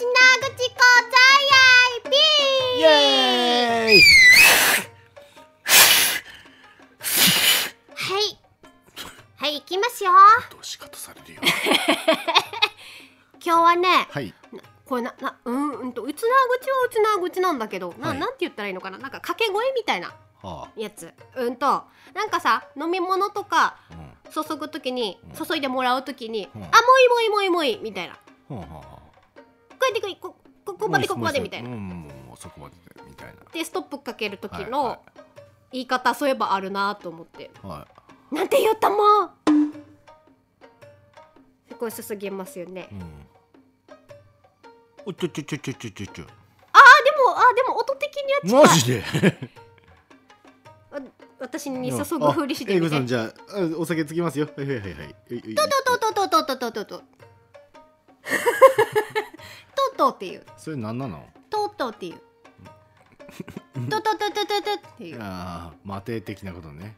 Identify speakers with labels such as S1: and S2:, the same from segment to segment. S1: ci kocayai pi.
S2: イエーイ
S1: はい。はい、行きますよ。
S2: どうし方されるよ。
S1: 今日はね、
S2: はい。
S1: これな、な、うん、うんと、うちなぐちはうちなぐちなんだけど、な、
S2: はい
S1: なんて言ったらいいのかな、なんか掛け声みたいな
S2: は
S1: やつ。うんと、なんかさ、飲み物とか
S2: あ。うん。
S1: 注ぐときに
S2: う、ん
S1: 注いでもらうときに、
S2: うん
S1: あ、もういいもういいもういいみたいな。
S2: ほうほうほ
S1: こうやってこい、こ、ここ
S2: う
S1: までここまでみたいな
S2: う。ん、もうもうそこまででみたいな。
S1: で、ストップかける時
S2: は
S1: の言い方、そういえばあるなと思って。
S2: いはい。は
S1: なんて言ったもん。すごい注ぎますよね。
S2: い。うん。おちょちょちょちょちょちょち
S1: あ、で
S2: ょ。
S1: も、あ、でも音的には近い。
S2: マジで。
S1: わ私に注ぐふりして
S2: あ英
S1: みて。
S2: 語さ
S1: と
S2: んじゃああお酒つきますよ。はいはいはいはい。ういういう
S1: とととととととと。とうとうっていう。
S2: それなんなの？
S1: とうとうっていう。ととととととっていう。
S2: ああ、マテ的なことね。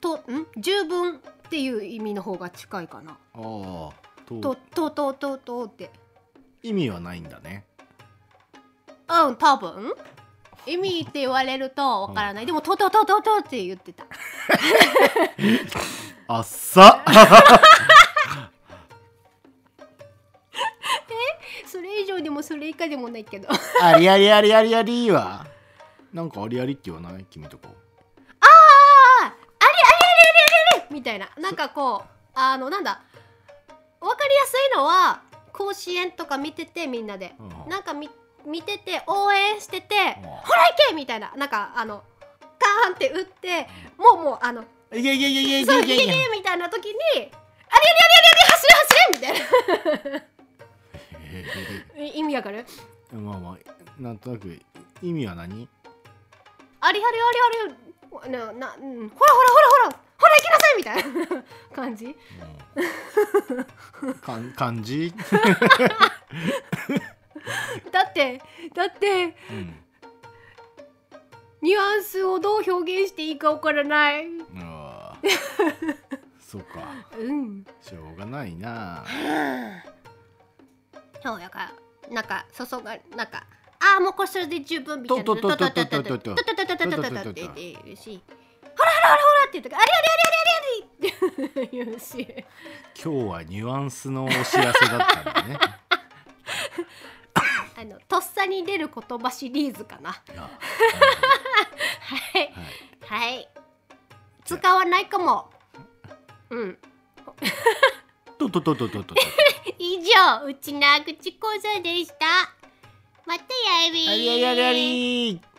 S1: と、ん、十分っていう意味の方が近いかな。
S2: ああ。
S1: と、
S2: と
S1: ととととって。
S2: 意味はないんだね。
S1: うん、多分。意味って言われるとわからない。でも、とととととって言ってた。
S2: あっさ。
S1: それ以上でもそれ以下でもないけど。
S2: ありありありありありは。なんかありありって言わない君とか。
S1: ああれあれあれあれあれあれみたいななんかこうあのなんだ分かりやすいのは甲子園とか見ててみんなで、
S2: うん
S1: なんかみ見てて応援してて「
S2: あ
S1: ほら行け!」みたいななんかあのカーンって打ってもうもうあの「
S2: いやいやいやいやい
S1: そう
S2: や
S1: 行
S2: い
S1: け行
S2: やい
S1: け!
S2: や。」
S1: みたいな時に「あれあれあれあれ走れ走れ!」みたいな意味わかる
S2: まあまあなんとなく意味は何
S1: あれあれあれあれなな、うん、ほらほらほらほらほら行きなさいみたいな感じ
S2: うんかん漢字、
S1: だってだって
S2: うん
S1: ニュアンスをどう表現していいかわからない。う
S2: うわそうか
S1: ん。
S2: しょうがないな
S1: そうやから、なんか注が、なんか、ああもうこれそれで十分みたいな。
S2: ととととととと
S1: と
S2: と
S1: ととととととととって言うし、ほらほらほらほらって言うとか、あれあれあれあれあれって言うし、
S2: 今日はニュアンスのお知らせだったんだね
S1: あのとっさに出る言葉シリーズかな。
S2: いや
S1: はい
S2: はい
S1: はい。使わないかも。うん。
S2: ととととととと
S1: 以上、うちな口講座でした。またやりー。
S2: ありありありあり